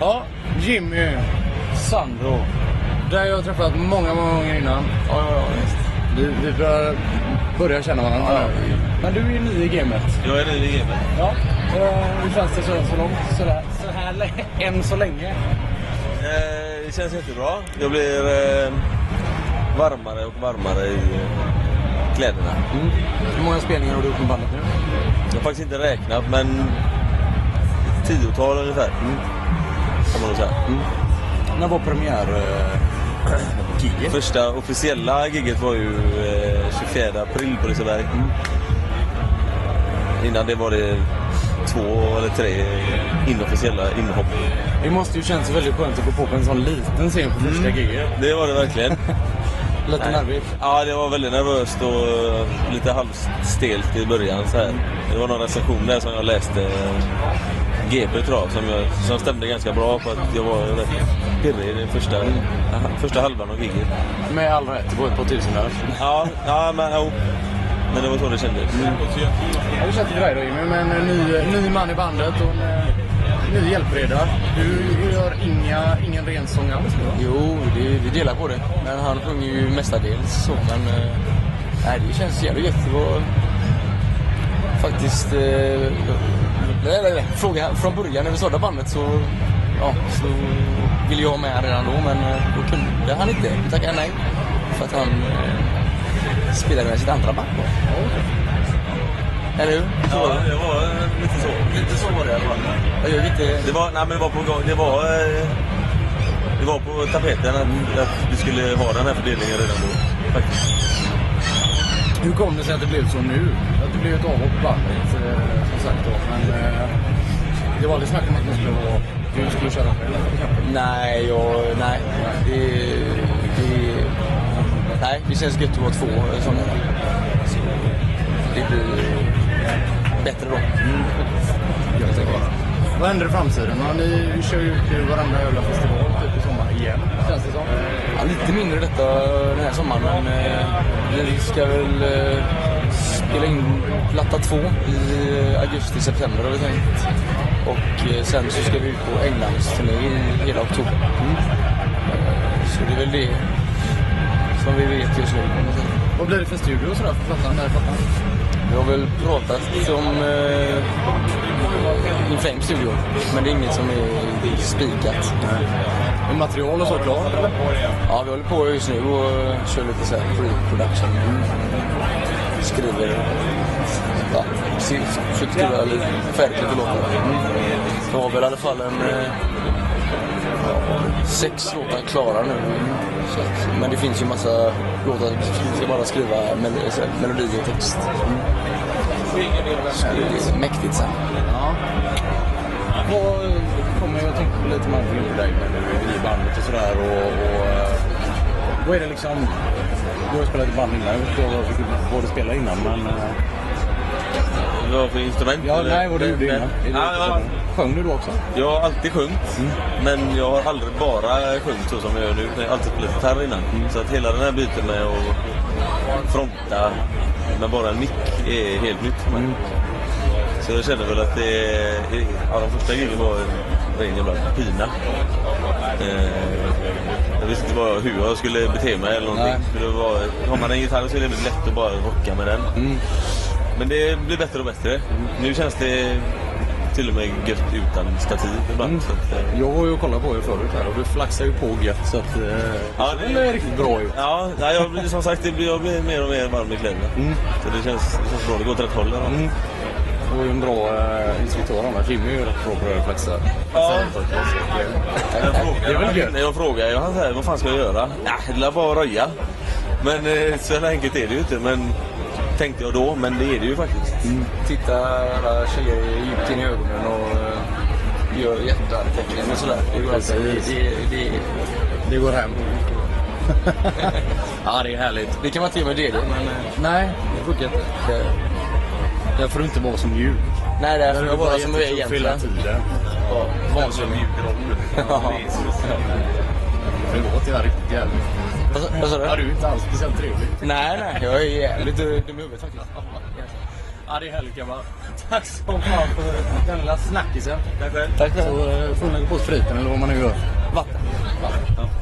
Ja, Jimmy Sandro. Där har jag har träffat många, många gånger innan. Ja, ja, ja, visst. Vi, vi börjar, börjar känna varandra. Ja. Men du är ju ny i gamet. Jag är ny i gamet. Ja. eh, Hur känns det så, så långt? Sådär, så här lä- än så länge? Eh, det känns jättebra. Jag blir eh, varmare och varmare i eh, kläderna. Mm. Hur många spelningar har du gjort med bandet nu? Jag har faktiskt inte räknat, men ett tiotal ungefär. Kan man nog säga. När var premiär? Eh, giget? Första officiella giget var ju eh, 24 april på Liseberg. Innan det var det två eller tre inofficiella inhopp. Det måste ju känns väldigt skönt att gå på på en sån liten scen på första giget. Det var det verkligen. Mm. Lite Nej. nervigt. Ja, det var väldigt nervöst och eh, lite halvstelt i början. Så här. Det var några recensioner som jag läste. eh, GP tror jag, som, jag, som stämde ganska bra på att jag var rätt pirrig i den första, första halvan av giget. Med all rätt, det var ett par tusen där. Ja, ja men, jo. men det var så det kändes. Mm. Hur känns det för dig då Jimmy? Med en eh, ny, ny man i bandet och en eh, ny hjälpreda. Du gör inga, ingen rensång alls nu Jo, det, vi delar på det. Men han sjunger ju mestadels så. Men eh, nej, det känns jävligt gött. Det var faktiskt... Eh, nej, nej, nej. Fråga, från början när vi startade bandet så, ja, så ville jag ha med han redan då. Men eh, då kunde han inte. Vi tackade nej. För att han eh, spelade med sitt andra band då. Eller hur? Så var det. det var eh, lite så. Lite så var det i alla fall. Jag gör lite... Det var, nej, men det var på gång. Det var, eh, det var på tapeten att, att vi skulle ha den här fördelningen redan då. Faktiskt. Hur kom det sig att det blev så nu? Att det blev ett avhopp på bandet eh, som sagt då. Men eh, det var aldrig snack om att man skulle vara... Du skulle köra själv. Nej, jag, nej. Det, det, nej, det känns gött att vara två eh, som Det blir bättre då. Jag tänker. Vad händer i framtiden? Ja, ni kör ju till varandra jävla festival typ i sommar igen. Eh, Känns det som. Ja, lite mindre detta den här sommaren, men eh, vi ska väl eh, spela in platta två i eh, augusti-september har vi tänkt. Och eh, sen så ska vi ut på Englandsturné i hela oktober. Eh, Så det är väl det som vi vet just nu. kan man säga. Vad blir det för studio och sådär för plattan? När är plattan? Vi har väl pratat om eh, Inflame Studio, men det är inget som är spikat. Är material och så klart eller? Ja, vi håller på just nu och eh, kör lite så här pre-production. Skriver, ja, se- försöker skriva lite färdigt lite låtar. Mm. Vi har väl i alla fall en eh, ja, sex låtar klara nu. Så att- Men det finns ju massa låtar som vi ska bara skriva mel- så här, melodi och text. Mm. Så det är mäktigt sen. Ja. Vad eh, kommer jag att tänka på lite man på dig med nu i bandet och sådär och, och eh, vad är det liksom? Du har ju spelat i band innan, jag vet inte vad du- vad du spelade innan men... eh, Det var för instrument? Ja, eller? nej vad du gjorde innan. Är det- Ja, ja. Sjöng du då också? Jag har alltid sjungit, men jag har aldrig bara sjungit så som jag gör nu. utan Jag har alltid spelat gitarr innan. Så att hela den här biten med att fronta med bara en mick är helt nytt för mig. Så jag känner väl att det är... Ja, de första grejerna var en ren jävla pina. Eh, jag visste inte bara hur jag skulle bete mig eller någonting. Nej. För det var, har man en gitarr så är det väldigt lätt att bara rocka med den. Men det blir bättre och bättre. Nu känns det till och med gött utan stativ ibland. Mm. Så att, eh, Jag var ju och kollade på er förut här och du flaxar ju på gött så att... eh, Ja, det- är riktigt bra ju. ja, nej, jag blir, som sagt, det blir, jag blir mer och mer varm i kläderna. Mm. Så det känns, det känns bra. Det går åt rätt håll. eller? Och en bra eh, instruktör annars. Jimmy är ju rätt bra på att flaxa. Ja. eh, Jag Det är väl frågade, gött. när jag frågade jag, han säger, vad fan ska jag göra? Ja, det lär bara att röja. Men eh, så enkelt är det ju inte. Men, tänkte jag då, men det är det ju faktiskt. Mm. titta alla tjejer djupt in i ögonen och eh, gör hjärtatecken och sådär. Det går alltid. Det, det, det, Det går hem. ja, det är härligt. det kan man inte göra med DD, men eh, Nej, det funkar inte. det, Där får du inte vara som djur. nej, det är jag vara som jag är jättetufft hela egentligen. tiden. Ja, Vansinnig. Ja. Det låter ju riktigt jävligt. Vad sa- Vad sa Ja, du? du är inte alls speciellt trevlig. Nej, nej, jag är jävligt dum i huvudet faktiskt. Ja, det är härligt grabbar. Tack så fan för den lilla snackisen. Tack själv. Tack själv. Så eh, får ni lägga på spriten eller vad man nu gör. Vatten. Ja.